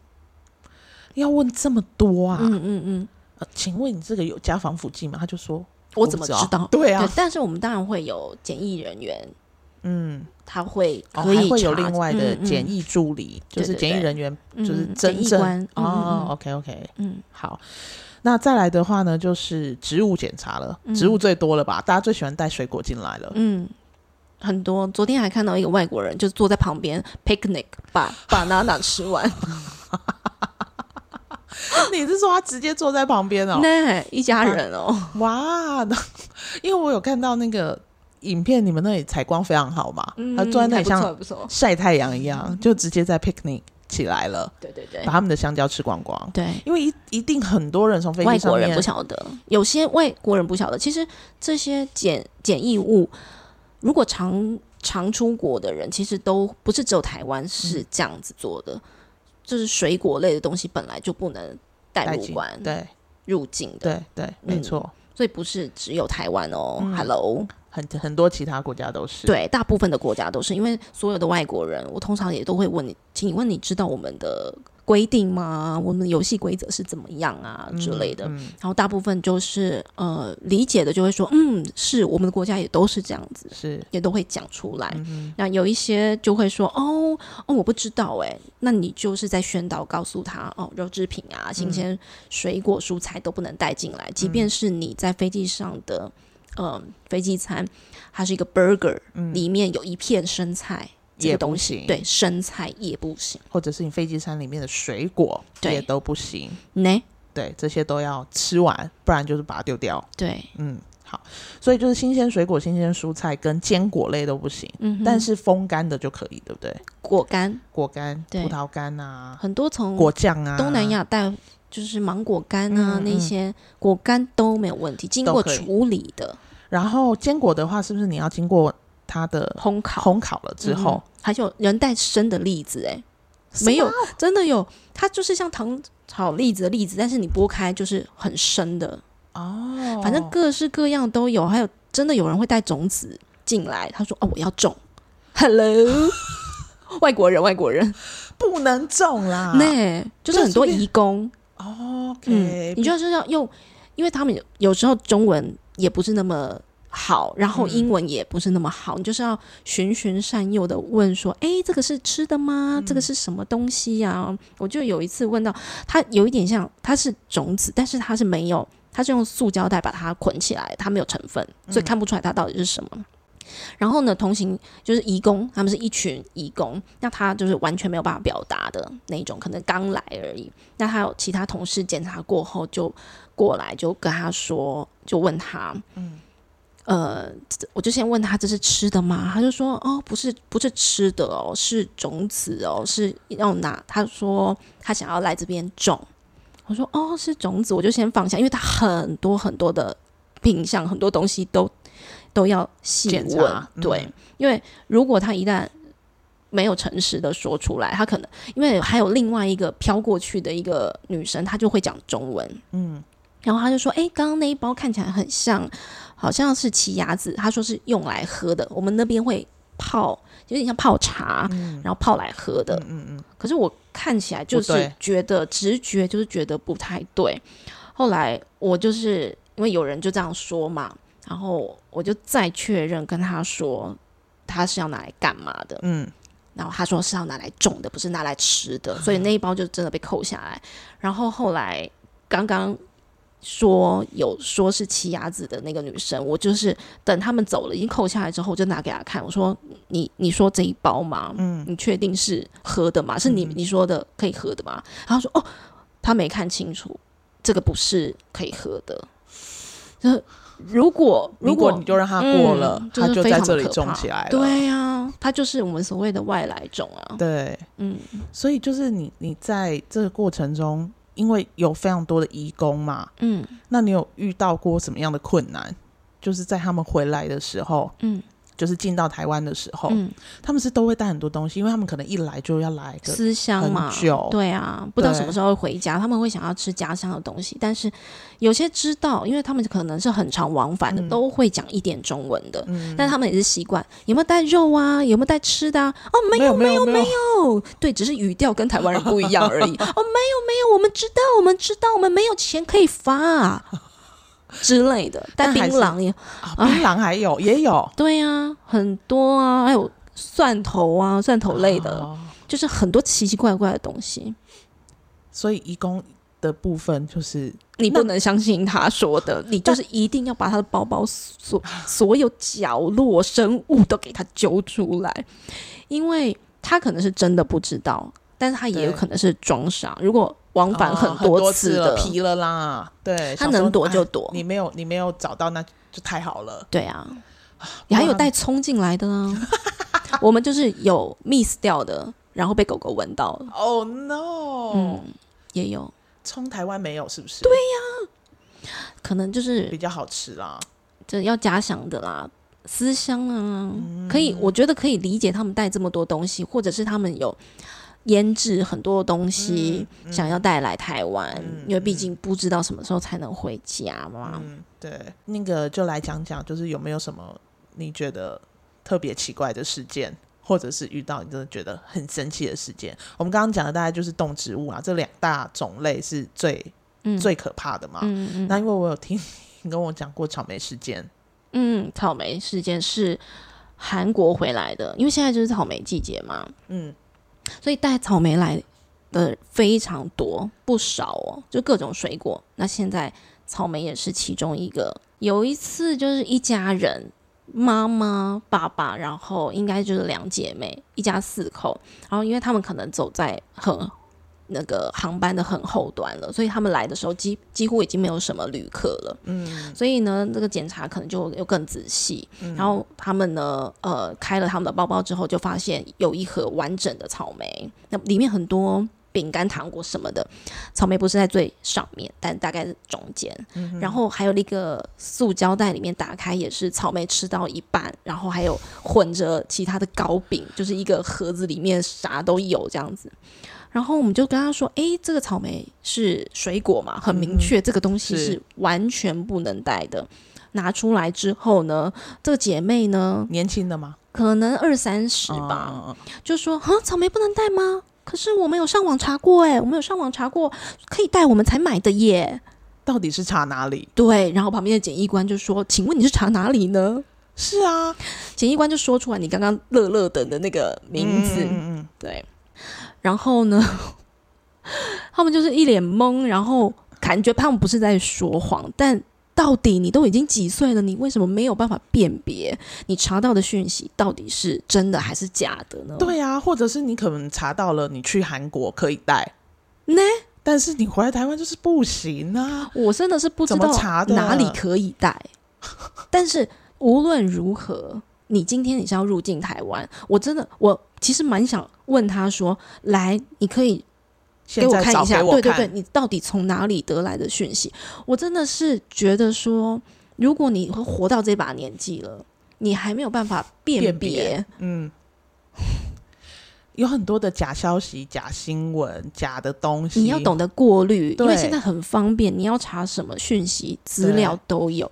C: 要问这么多啊？
D: 嗯嗯嗯，
C: 呃请问你这个有加防腐剂吗？他就说
D: 我怎么
C: 不
D: 知
C: 知道
D: 道？
C: 对啊
D: 对，但是我们当然会有检疫人员，
C: 嗯，
D: 他会
C: 哦
D: 可以
C: 还会有
D: 查
C: 另外的
D: 嗯嗯
C: 检疫助理，就
D: 对
C: 是
D: 对
C: 检疫
D: 对
C: 人员，
D: 嗯
C: 就是
D: 嗯
C: 真
D: 检疫
C: 正
D: 官嗯
C: 哦
D: 嗯嗯
C: ，OK OK，
D: 嗯，
C: 好。那再来的话呢，就是植物检查了，
D: 嗯
C: 植物最多了吧？大家最喜欢带水果进来了，
D: 嗯，很多。昨天还看到一个外国人，就坐在旁边 picnic，把 banana 吃完。
C: 你是说他直接坐在旁边哦？
D: 那一家人哦，
C: 哇，那 因为我有看到那个影片，你们那里采光非常好嘛，他坐在那
D: 嗯还
C: 里像
D: 不错，还不错。
C: 晒太阳一样，就直接在 picnic 起来了，
D: 对对对
C: 把，他们的香蕉吃光光。
D: 对。
C: 因为一一定很多人从飞
D: 外
C: 机上
D: 国
C: 面
D: 人不晓得，有些外国人不晓得，其实这些检检疫物，如果常常出国的人，其实都不是只有台湾是这样子做的，就是水果类的东西本来就不能带
C: 带
D: 入
C: 进
D: 关
C: 对
D: 入境的，
C: 对对，没
D: 嗯
C: 错，
D: 所以不是只有台湾哦、h
C: 嗯
D: e l l o
C: 很很多其他国家都是。
D: 对，大部分的国家都是，因为所有的外国人，我通常也都会问你，请问你知道我们的规定吗？我们的游戏规则是怎么样啊
C: 嗯
D: 之类的。
C: 嗯，
D: 然后大部分就是呃理解的就会说，嗯，是我们的国家也都是这样子，
C: 是，
D: 也都会讲出来。
C: 嗯哼
D: 那有一些就会说，哦哦，我不知道哎，那你就是在宣导告诉他，哦，肉制品啊、
C: 嗯
D: 新鲜水果、蔬菜都不能带进来，即便是你在飞机上的，嗯、飞机餐，它是一个 burger，、里面有一片生菜，这
C: 嗯也
D: 个
C: 不
D: 东西
C: 行，
D: 对，生菜也不行，
C: 或者是你飞机餐里面的水果
D: 对
C: 也都不行，
D: 呢，
C: 对，这些都要吃完，不然就是把它丢掉。
D: 对，
C: 嗯，好，所以就是新鲜水果、新鲜蔬菜跟坚果类都不行，
D: 嗯哼，
C: 但是风干的就可以，对不对？
D: 果干
C: 果干、
D: 对
C: 葡萄干啊，
D: 很多从
C: 果酱啊，
D: 东南亚带。就是芒果干啊，
C: 嗯嗯
D: 那些果干都没有问题，经
C: 都
D: 过
C: 可以
D: 处理的
C: 然后坚果的话，是不是你要经过它的
D: 烘烤
C: 烘烤了之后
D: 嗯，还有人带生的栗子、欸，没有，真的有，它就是像糖炒栗子的栗子，但是你剥开就是很生的，
C: 哦，
D: 反正各式各样都有，还有真的有人会带种子进来，他说哦我要种，Hello，外国人外国人，
C: 不能种 啦。
D: 那、就是很多移工，
C: 哦
D: 嗯
C: OK，，
D: 你就是要用，因为他们有有时候中文也不是那么。好，然后
C: 嗯
D: 英文也不是那么好，你就是要循循善诱的问说，诶，这个是吃的吗？这个
C: 嗯
D: 是什么东西呀、我就有一次问到，它有一点像，它是种子，但是它是没有，它是用塑胶袋把它捆起来，它没有成分，所
C: 嗯
D: 以看不出来它到底是什么。然后呢，同行就是义工，他们是一群义工，那他就是完全没有办法表达的那一种，可能刚来而已。那他有其他同事检查过后就过来，就跟他说，就问他，嗯，呃，这我就先问他这是吃的吗？他就说，哦，不是，不是吃的哦，是种子哦，是要拿。他说他想要来这边种，我说哦，是种子，我就先放下，因为他很多很多的品相，很多东西都都要细
C: 检查
D: 问，
C: 嗯
D: 对。因为如果他一旦没有诚实的说出来，他可能因为还有另外一个飘过去的一个女生，她就会讲中文，
C: 嗯，
D: 然后他就说：“哎，刚刚那一包看起来很像，好像是奇亚籽，他说是用来喝的，我们那边会泡，有点像泡茶，
C: 嗯
D: 然后泡来喝的。
C: 嗯嗯
D: 可是我看起来就
C: 不
D: 是
C: 对
D: 觉得直觉就是觉得不太对。后来我就是因为有人就这样说嘛，然后我就再确认跟他说他是要拿来干嘛的，
C: 嗯
D: 然后他说是要拿来种的，不是拿来吃的，
C: 啊
D: 所以那一包就真的被扣下来。然后后来刚刚说有说是奇亚籽的那个女生，我就是等他们走了，已经扣下来之后，我就拿给她看，我说你你说这一包吗？
C: 嗯
D: 你确定是喝的吗？是你你说的可以喝的吗？然后说哦，他没看清楚，这个不是可以喝的。就是如果
C: 如
D: 如
C: 果
D: 果
C: 你就让他过了，
D: 嗯
C: 他
D: 是
C: 就
D: 非
C: 在
D: 常
C: 这里
D: 可
C: 种
D: 怕
C: 起来了。
D: 对啊，他就是我们所谓的外来种啊。
C: 对，
D: 嗯，
C: 所以就是你你在这个过程中，因为有非常多的移工嘛，
D: 嗯
C: 那你有遇到过什么样的困难？就是在他们回来的时候，
D: 嗯
C: 就是进到台湾的时候，
D: 嗯，
C: 他们是都会带很多东西，因为他们可能一来就要来个
D: 思乡嘛
C: 很久，
D: 对啊，不知道
C: 对
D: 什么时候会回家，他们会想要吃家乡的东西，但是有些知道，因为他们可能是很常往返的，
C: 嗯
D: 都会讲一点中文的。
C: 嗯，
D: 但他们也是习惯，有没有带肉啊？有没有带吃的啊？哦，没
C: 没有没有没有，
D: 有，对，只是语调跟台湾人不一样而 已。哦，没有没有，我们知道，我们知道，我们没有钱可以发、啊之类 的。但
C: 但
D: 槟
C: 还是
D: 榔也
C: 啊槟榔还有也有
D: 对啊，很多啊，还有蒜头啊、蒜头类的，
C: 哦
D: 就是很多奇奇怪怪的东西，
C: 所以义工的部分就是
D: 你
C: 那
D: 不能相信他说的，你就是一定要把他的包包所所有角落生物都给他揪出来，因为他可能是真的不知道，但是他也有
C: 对
D: 可能是装傻。如果往返
C: 哦
D: 很
C: 很多
D: 次的，
C: 了，皮了啦。对，
D: 他
C: 想说
D: 能躲就
C: 哎
D: 躲
C: 你没有你没有找到，那就太好了。
D: 对啊，你还有带葱进来的 呢，我们就是有 miss 掉的，然后被狗狗闻到了。
C: Oh no！、
D: 嗯，也有
C: 冲台湾没有是不是？对，
D: 可能就是
C: 比较好吃啦。
D: 这要家乡的啦，思乡啊，可以，我觉得可以理解他们带这么多东西，或者是他们有腌制很多东西、想要带来台湾，因为毕竟不知道什么时候才能回家嘛。
C: 嗯，对，那个就来讲讲，就是有没有什么你觉得特别奇怪的事件，或者是遇到你真的觉得很生气的事件？我们刚刚讲的大概就是动植物啊，这两大种类是最、
D: 嗯，
C: 最可怕的嘛。
D: 嗯嗯
C: 那因为我有听你跟我讲过草莓事件，
D: 嗯，草莓事件是韩国回来的，因为现在就是草莓季节嘛，
C: 嗯，
D: 所以带草莓来的非常多，不少哦，就各种水果。那现在草莓也是其中一个。有一次就是一家人，妈妈、爸爸，然后应该就是两姐妹，一家四口。然后因为他们可能走在很那个航班的很后端了，所以他们来的时候几几乎已经没有什么旅客了。嗯，所以呢，这个检查可能就又更仔细。然后他们呢，呃，开了他们的包包之后，就发现有一盒完整的草莓，那里面很多饼干、糖果什么的。草莓不是在最上面，但大概是中间。然后还有那个塑胶袋里面打开也是草莓吃到一半，然后还有混着其他的糕饼，就是一个盒子里面啥都有这样子。然后我们就跟他说：“诶，这个草莓是水果嘛，很明确，这个东西
C: 是
D: 是完全不能带的。拿出来之后呢，这个姐妹呢，
C: 年轻的吗？
D: 可能二三十
C: 嗯
D: 吧，
C: 嗯嗯
D: 就说啊，草莓不能带吗？可是我们有上网查过、欸，我们有上网查过，可以带我们才买的耶。
C: 到底是差哪里？
D: 对，然后旁边的检疫官就说：“请问你是查哪里呢
C: 是啊，？”
D: 检疫官就说出来你刚刚乐乐等的那个名字，
C: 嗯嗯嗯
D: 对。然后呢， 他们就是一脸懵，然后感觉他们不是在说谎，但到底你都已经几岁了，你为什么没有办法辨别你查到的讯息到底是真的还是假的呢？
C: 嗯，对啊，或者是你可能查到了，你去韩国可以带，
D: 呢，
C: 但是你回来台湾就是不行啊。
D: 我真的是不知
C: 怎
D: 道
C: 么查的
D: 哪里可以带，但是无论如何，你今天你是要入境台湾，我真的我其实蛮想问他说，来，你可以给
C: 现
D: 我
C: 在
D: 看
C: 找
D: 一下，
C: 给我
D: 对对
C: 看
D: 对，你到底从哪里得来的讯息？我真的是觉得说，如果你活到这把年纪了，你还没有办法辨
C: 辨别嗯，有很多的假消息、假新闻、假的东西，
D: 你要懂得过滤，因
C: 对
D: 为现在很方便，你要查什么讯息资料都有。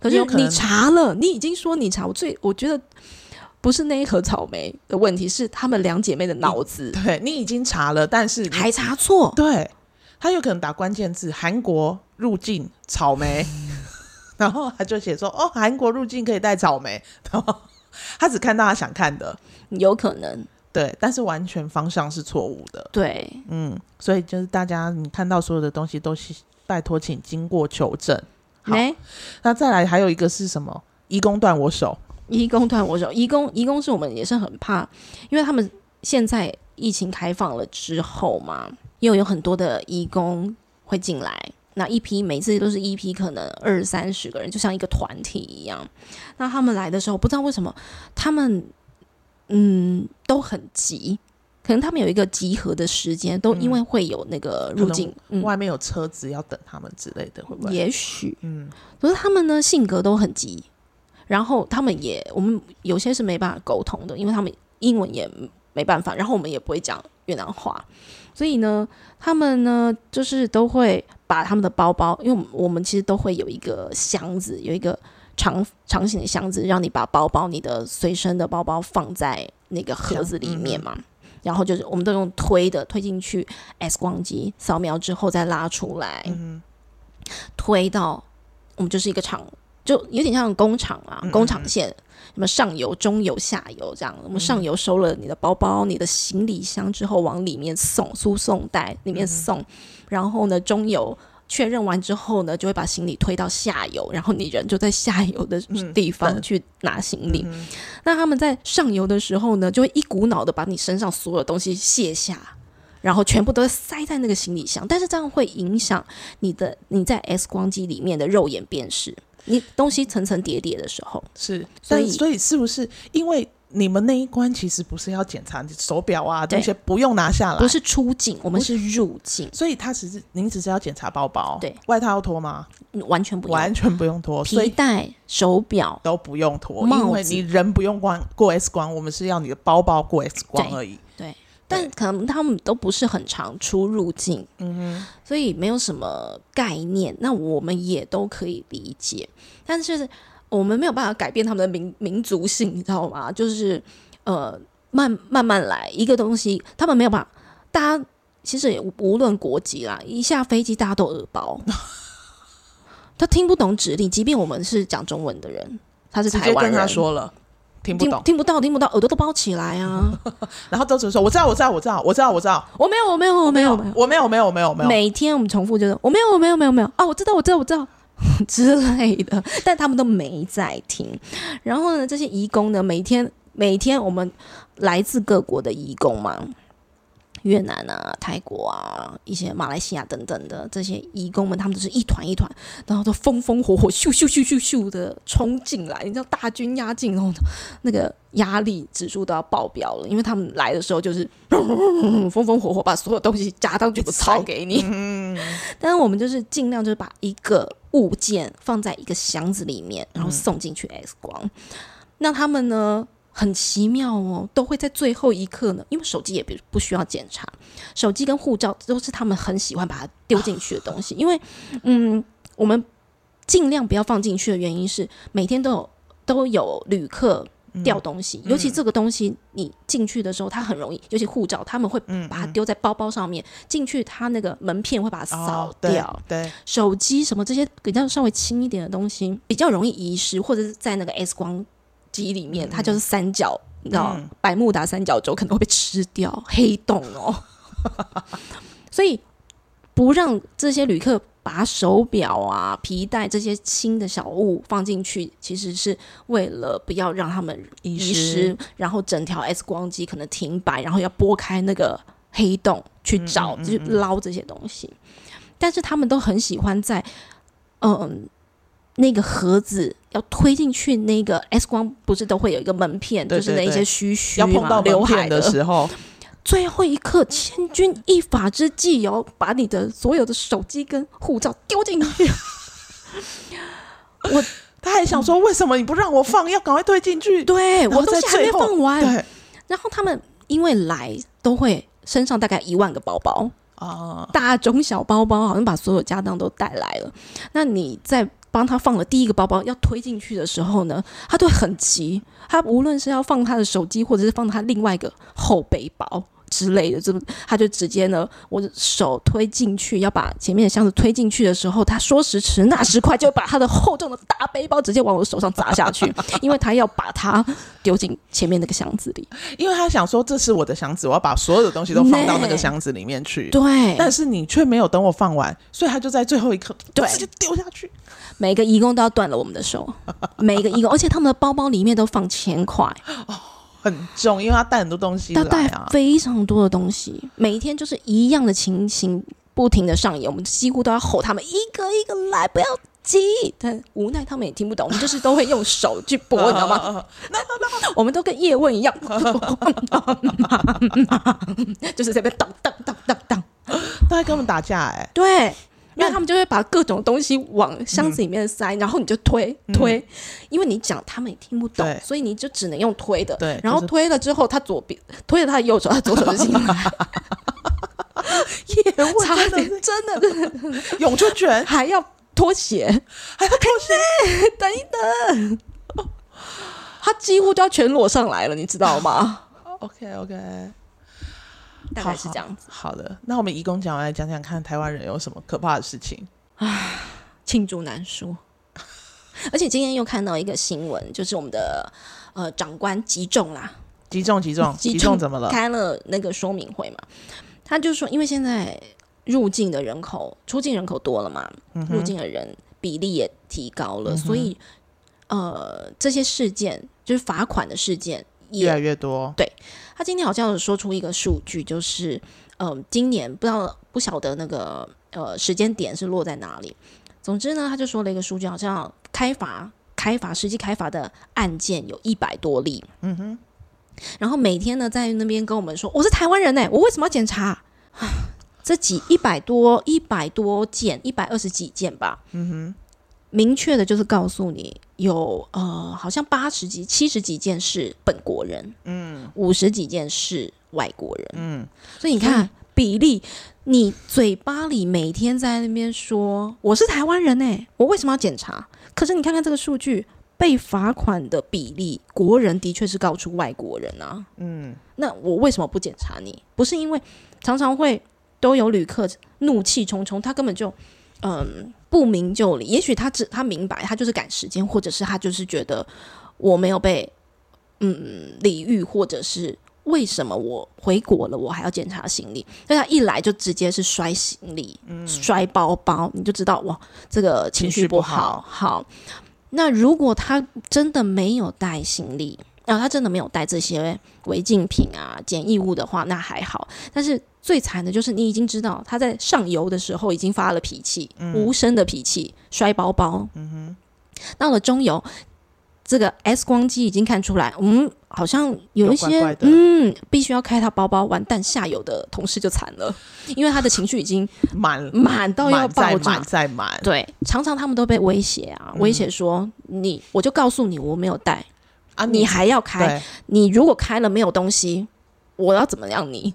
D: 可
C: 也
D: 是
C: 有可能
D: 你查了，你已经说你查，我最我觉得不是那一盒草莓的问题，是她们两姐妹的脑子
C: 对你已经查了，但是你
D: 还查错。
C: 对，他有可能打关键字“韩国入境草 莓”，然后他就写说：“哦，韩国入境可以带草莓。”然后他只看到他想看的，
D: 有可能，
C: 对，但是完全方向是错误的。
D: 对
C: 嗯，所以就是大家你看到所有的东西都是拜托，请经过求证。好
D: 哎，
C: 那再来还有一个是什么？义工断我手，
D: 义工团我手，义工义工是我们也是很怕，因为他们现在疫情开放了之后嘛，又有很多的义工会进来，那一批每次都是一批可能二三十个人，就像一个团体一样。那他们来的时候，不知道为什么他们嗯都很急。可能他们有一个集合的时间，都因为会有那个入境，嗯，
C: 外面有车子要等他们之类的，会不会？
D: 也许
C: 嗯，
D: 可是他们呢性格都很急，然后他们也我们有些是没办法沟通的，因为他们英文也没办法，然后我们也不会讲越南话，所以呢，他们呢就是都会把他们的包包，因为我们我们其实都会有一个箱子，有一个长长形的箱子，让你把包包、你的随身的包包放在那个盒子里面嘛。然后就是我们都用推的推进去 X 光机扫描之后再拉出来，推到我们就是一个厂，就有点像工厂啊，工厂线，什么上游、中游、下游这样。我们上游收了你的包包、你的行李箱之后，往里面送输送带里面送，然后呢，中游。确认完之后呢，就会把行李推到下游，然后你人就在下游的地方
C: 对
D: 去拿行李。那他们在上游的时候呢，就会一股脑的把你身上所有的东西卸下，然后全部都塞在那个行李箱。但是这样会影响你的你在 X 光机里面的肉眼辨识，你东西层层叠叠的时候，
C: 是，
D: 所
C: 但
D: 以
C: 所以是不是因为你们那一关其实不是要检查你手表啊
D: 对
C: 这些不用拿下来，
D: 不是出境，我们是入境，
C: 所以他只是您只是要检查包包，
D: 对，
C: 外套要脱吗？
D: 完全不一样。
C: 完全不用脱，所
D: 皮
C: 以
D: 带、手表，
C: 都不用脱，
D: 帽子
C: 因为你人不用光过 X 光，我们是要你的包包过 X 光
D: 对
C: 而已。
D: 对，但可能他们都不是很常出入境，嗯所以没有什么概念。那我们也都可以理解，但是我们没有办法改变他们的民民族性，你知道吗？就是呃，慢慢慢来，一个东西他们没有办法，大家其实也无无论国籍啦，一下飞机大家都耳 包。他听不懂指令，即便我们是讲中文的人，他是
C: 直
D: 台
C: 接
D: 湾
C: 跟
D: 人，
C: 他说了，听不
D: 听
C: 懂，
D: 听不到，听不到，耳朵都包起来啊！
C: 然后周只是说我知道，我知道，我知道，我知道，我知道，
D: 我没有，我没有，我没有，我没有，
C: 我没有，没有，没有，没有，
D: 每天我们重复就是我没有，我没有，没有，没有啊，我知道，我知道，我知道 之类的，但他们都没在听。然后呢，这些义工呢，每天每天我们来自各国的义工嘛，越南啊、泰国啊、一些马来西亚等等的这些义工们，他们都是一团一团，然后都风风火火、咻咻咻咻咻的冲进来，你知道大军压境，然后那个压力指数都要爆表了，因为他们来的时候就是嗯风风火火把所有东西加到全部抄给你。但是我们就是尽量就是把一个物件放在一个箱子里面，然后送进去 X 光。那他们呢，很奇妙哦，都会在最后一刻呢，因为手机也不不需要检查，手机跟护照都是他们很喜欢把它丢进去的东西，因为嗯，我们尽量不要放进去的原因是每天都有都有旅客。
C: 嗯
D: 掉东西，尤其这个东西你进去的时候，它很容易，尤其护照，他们会
C: 嗯
D: 把它丢在包包上面。进去，它那个门片会把它扫
C: 哦对
D: 掉，
C: 对，
D: 手机什么这些比较稍微轻一点的东西，比较容易遗失，或者是在那个 X 光机里面，它就是三角，你知道，百慕达三角洲可能会被吃掉，黑洞哦。 所以不让这些旅客把手表啊、皮带这些轻的小物放进去，其实是为了不要让他们
C: 遗
D: 遗
C: 失
D: 失，然后整条 X 光机可能停摆，然后要拨开那个黑洞去找，去捞这些东西。但是他们都很喜欢在，嗯，那个盒子要推进去那个 X 光，不是都会有一个门片，
C: 对
D: 就是
C: 对
D: 那
C: 对
D: 些须须
C: 要碰
D: 嘛
C: 到
D: 刘
C: 流
D: 海
C: 片的
D: 的
C: 时候，
D: 最后一刻千钧一发之际哦，把你的所有的手机跟护照丢进 去。
C: 他还想说为什么你不让我放，要赶快推进去。
D: 嗯对
C: 然后
D: 我东
C: 在
D: 西还没
C: 最后
D: 放完，
C: 对，
D: 然后他们因为来都会身上大概一万个包包，
C: 啊，
D: 大中小包包，好像把所有家当都带来了。那你在帮他放了第一个包包要推进去的时候呢，他都会很急，他无论是要放他的手机，或者是放他另外一个后背包。之类的，这他就直接呢，我的手推进去，要把前面的箱子推进去的时候，他说时迟那时快，就把他的厚重的大背包直接往我手上砸下去，因为他要把它丢进前面那个箱子里。
C: 因为他想说这是我的箱子，我要把所有的东西都放到那个箱子里面去。
D: 对，
C: 但是你却没有等我放完，所以他就在最后一刻
D: 对
C: 直接丢下去。
D: 每个义工都要断了我们的 手，每一个义工，而且他们的包包里面都放千块，
C: 很重，因为他带很多东西
D: 要
C: 来
D: 带
C: 啊。
D: 非常多的东西，每一天就是一样的情形不停的上演，我们几乎都要吼他们一个一个来，不要急。但无奈他们也听不懂，我们就是都会用手去拨，你知道吗？
C: 吗？
D: 我们都跟叶问一样，就是在那边当当当当当，
C: 他还跟我们打架哎、
D: 对。因为他们就会把各种东西往箱子里面
C: 嗯
D: 塞，然后你就推推，因为你讲他们也听不懂
C: 对，
D: 所以你就只能用推的。
C: 对
D: 然后
C: 就是
D: 推了之后，他左边推了他的右手，他左手就 进来，
C: 叶问
D: 差
C: 哎真的
D: 点
C: 是
D: 真的真的
C: 咏春 拳，
D: 还要脱鞋，
C: 还要脱 鞋，
D: 等一等，他几乎就要全裸上来了，你知道吗？
C: OK OK，
D: 大概是这样子。
C: 好的，那我们义工讲完来讲讲看台湾人有什么可怕的事情。
D: 罄竹难书。 而且今天又看到一个新闻，就是我们的呃长官击中啦，
C: 击中击中击哦中怎么了？
D: 开了那个说明会嘛，他就说，因为现在入境的人口、出境人口多了嘛，
C: 嗯
D: 入境的人比例也提高了，所以呃这些事件就是罚款的事件
C: 越
D: 也
C: 来越多，
D: 他今天好像有说出一个数据，就是嗯、呃今年不知道不晓得那个呃时间点是落在哪里。总之呢，他就说了一个数据，好像开罚开罚实际开罚的案件有一百多例。嗯哼，然后每天呢在那边跟我们说，我是台湾人欸呢、我为什么要检查？ 啊这几一百多一百多件，一百二十几件吧。嗯哼，明确的就是告诉你有呃，好像八十几、七十几件是本国人。五十几件是外国人，
C: 嗯，
D: 所以你看比例，你嘴巴里每天在那边说我是台湾人呢、我为什么要检查？可是你看看这个数据，被罚款的比例，国人的确是高出外国人啊。
C: 嗯，
D: 那我为什么不检查你？不是因为常常会都有旅客怒气冲冲，他根本就嗯不明就里。也许他只他明白，他就是赶时间，或者是他就是觉得我没有被嗯礼遇，或者是为什么我回国了，我还要检查行李？但他一来就直接是摔行李、摔包包，你就知道哇，这个情
C: 情
D: 绪
C: 绪
D: 不
C: 不
D: 好。好，那如果他真的没有带行李，然后他真的没有带这些违禁品啊、检疫物的话，那还好。但是最惨的就是你已经知道他在上游的时候已经发了脾气，
C: 嗯
D: 无声的脾气，摔包包。嗯哼，到了中游，这个 X 光机已经看出来，嗯，好像有一些
C: 有怪怪的
D: 嗯，必须要开他包包。完蛋，下游的同事就惨了，因为他的情绪已经
C: 满
D: 满到要
C: 满
D: 爆
C: 再
D: 炸
C: 满。嗯再满，
D: 对，常常他们都被威胁啊，威胁说你，我就告诉你我没有带，
C: 啊，
D: 你还要开，
C: 对
D: 你如果开了没有东西，我要怎么样你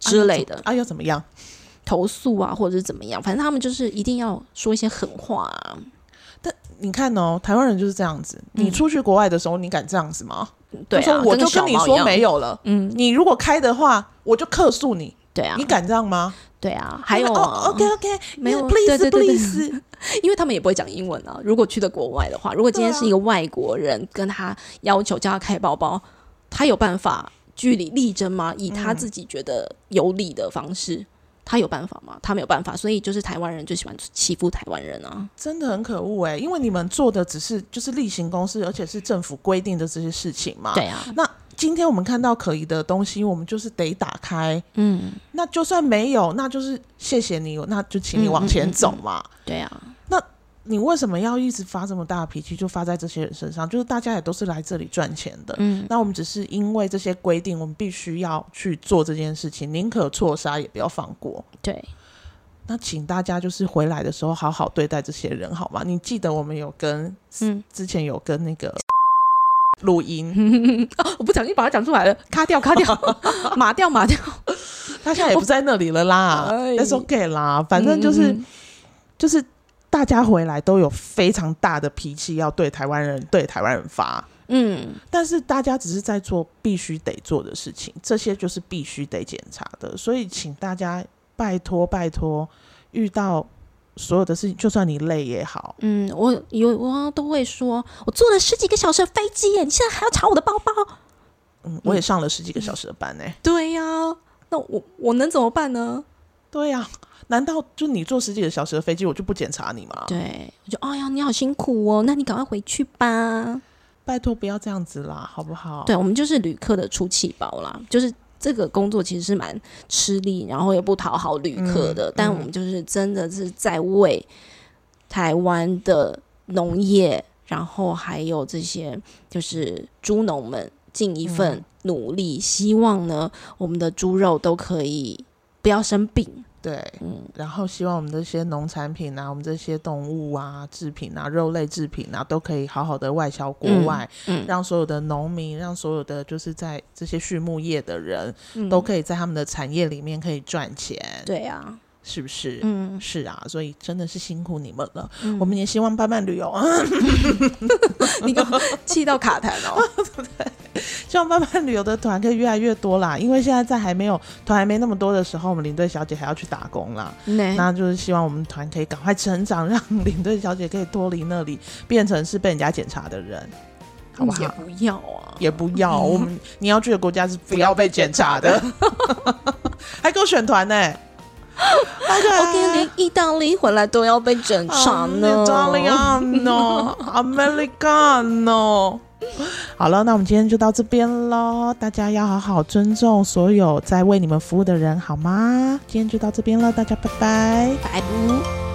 D: 之类的、
C: 啊，又怎么样？
D: 啊投诉啊，或者是怎么样，反正他们就是一定要说一些狠话啊。
C: 你看哦，台湾人就是这样子。你出去国外的时候，你敢这样子吗？
D: 嗯对
C: 就
D: 啊，
C: 说我就
D: 小
C: 跟你
D: 猫一
C: 说
D: 样
C: 没，有了。
D: 嗯，
C: 你如果开的话，我就克诉你。
D: 对啊
C: 你，敢这样吗？
D: 对啊，还有啊、
C: 哦，OK OK，
D: 没有对对对
C: please
D: 对
C: please，
D: 因为他们也不会讲英文啊。如果去的国外的话，如果今天是一个外国人跟他要求叫他开包包，他有办法据理力争吗？以他自己觉得有理的方式，他有办法吗？他没有办法，所以就是台湾人就喜欢欺负台湾人啊。
C: 真的很可恶哎，因为你们做的只是就是例行公事，而且是政府规定的这些事情嘛。。
D: 对啊，
C: 那今天我们看到可疑的东西，我们就是得打开。
D: 嗯，
C: 那就算没有，那就是谢谢你，那就请你往前走嘛。
D: 对啊，
C: 你为什么要一直发这么大的脾气，就发在这些人身上？就是大家也都是来这里赚钱的，
D: 嗯，
C: 那我们只是因为这些规定，我们必须要去做这件事情，宁可错杀也不要放过。
D: 对，
C: 那请大家就是回来的时候好好对待这些人，好吗？你记得我们有跟
D: 嗯，
C: 之前有跟那个录音，
D: 我不小心把它讲出来了，卡掉卡 掉，码掉码掉。
C: 他现在也不在那里了啦
D: 哎
C: ，that's OK 啦，反正就是、
D: 嗯
C: 就是大家回来都有非常大的脾气要对台湾人对台湾人发，
D: 嗯，
C: 但是大家只是在做必须得做的事情，这些就是必须得检查的，所以请大家拜托拜托，遇到所有的事情，就算你累也好，
D: 嗯，我有我都会说，我坐了十几个小时的飞机耶，你现在还要查我的包包？
C: 嗯，我也上了十几个小时的班呢、
D: 对呀、那我我能怎么办呢？
C: 对呀、难道就你坐十几个小时的飞机，我就不检查你吗？
D: 对，我就哎呀，你好辛苦哦，那你赶快回去吧。
C: 拜托不要这样子啦，好不好？
D: 对，我们就是旅客的出气包啦，就是这个工作其实是蛮吃力，然后也不讨好旅客的，
C: 嗯
D: 但我们就是真的是在为台湾的农业，然后还有这些就是猪农们尽一
C: 嗯
D: 份努力，希望呢我们的猪肉都可以不要生病。
C: 对，
D: 嗯
C: 然后希望我们这些农产品啊，我们这些动物啊、制品啊、肉类制品啊，都可以好好的外销国外，
D: 嗯，
C: 让所有的农民，让所有的就是在这些畜牧业的人、
D: 嗯
C: 都可以在他们的产业里面可以赚钱，
D: 对啊，
C: 是不是？
D: 嗯，
C: 是啊，所以真的是辛苦你们了。
D: 嗯
C: 我们也希望伴伴旅游，
D: 你刚气到卡痰哦。
C: 希望伴伴旅游的团可以越来越多啦。因为现在在还没有团还没那么多的时候，我们领队小姐还要去打工啦。
D: 那
C: 那就是希望我们团可以赶快成长，让领队小姐可以脱离那里，变成是被人家检查的人，好不好？
D: 也不要啊，
C: 也不要，我们你要去的国家是不要被检查的， 还给我选团呢、
D: 我
C: 啊
D: 跟连意大利回来都要被整查呢。
C: 啊 Italiano，Americano。好了，那我们今天就到这边喽。大家要好好尊重所有在为你们服务的人，好吗？今天就到这边了，大家拜拜。
D: 白不。